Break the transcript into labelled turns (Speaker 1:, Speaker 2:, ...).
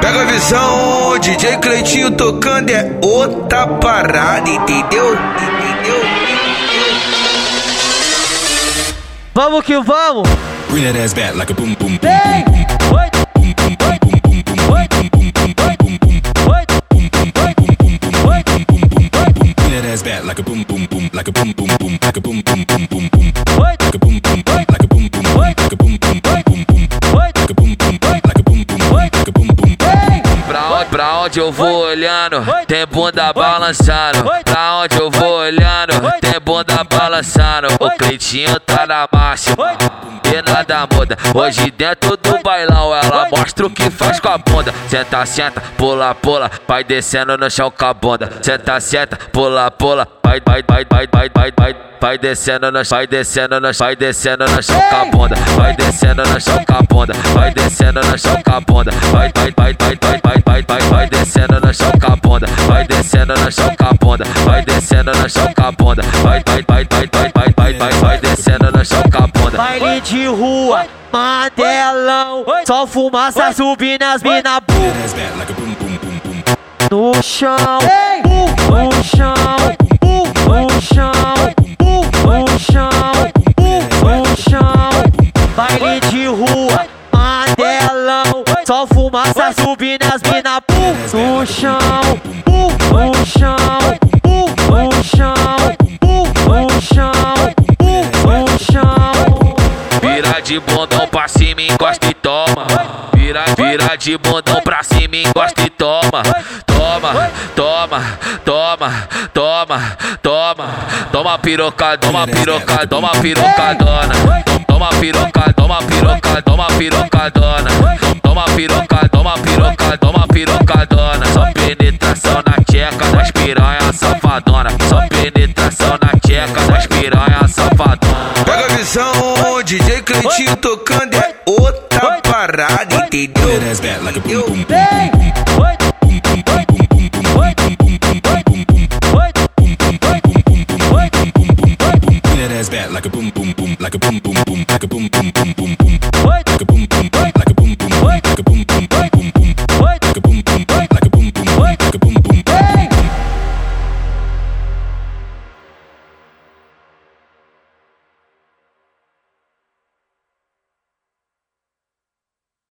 Speaker 1: Pega a visão, DJ Cleitinho tocando é outra parada, entendeu? Entendeu?
Speaker 2: Vamos que vamos!
Speaker 3: Bring that ass back like a boom boom boom.
Speaker 2: Vem! Oi,
Speaker 3: boom, boom, boom, boom, boom, boom, boom, boom, boom, boom, boom, boom, boom.
Speaker 2: oi, oi, oi,
Speaker 3: Bring that ass back like a boom boom boom, like a boom boom boom, like a boom boom boom boom boom.
Speaker 2: oi,
Speaker 3: Like a boom boom boom, like a boom boom boom, like a boom boom boom boom boom.
Speaker 2: oi,
Speaker 3: Like a boom boom boom, like a boom boom boom, like a boom boom boom.
Speaker 2: vem!
Speaker 4: Pra onde, pra onde eu vou olhando, tem bunda balançando. Pra onde eu vou olhando, tem bunda balançando. O Cleitinho tá na máxima, e é nada muda. Hoje dentro do bailão ela mostra o que faz com a bunda. Senta, senta, pula, pula, vai descendo no chão com a bunda. Senta, senta, pula, pula, vai, vai, vai, vai, vai, vai, vai. Vai descendo no chão, vai descendo no chão, vai descendo no chão com a bunda. Vai descendo no chão com a bunda, vai descendo no chão com a bunda. Vai, vai, vai, vai, vai, vai, vai, vai, vai descendo no chão com a bunda. Vai descendo no chão com a bunda, vai descendo no chão com a bunda. Vai, vai, vai, vai, vai, vai, vai, vai, vai descendo no chão com a bunda.
Speaker 2: Baile de rua, mandelão, só fumaça subindo as mina
Speaker 3: Bring that ass back like a boom boom boom boom.
Speaker 2: no chão, bu no chão, bu no chão, bu no chão, bu no chão. Baile de rua, mandelão, só fumaça subindo as mina bu no chão, bu no chão, bu no chão, bu no chão, bu no chão.
Speaker 4: Vira de bundão pra cima, encosta e toma. Vira, vira de bundão pra cima, encosta e toma. Toma, toma, toma, toma, toma. Toma piroca, toma piroca, toma pirocadona. Toma piroca, toma piroca, toma pirocadona. Toma piroca, toma piroca, toma pirocadona. Só penetração na tcheca das piranha safadona. Só penetração na tcheca das piranha safadona.
Speaker 1: Pega a visão, DJ Cleitinho tocando é outra parada, entendeu?
Speaker 3: Bring that ass back like a boom boom boom.
Speaker 2: Vem, oi,
Speaker 3: Boom boom boom boom boom boom boom boom boom boom boom boom.
Speaker 2: oi,
Speaker 3: Bring that ass back like a boom boom boom, like a boom boom boom, like a boom boom boom boom.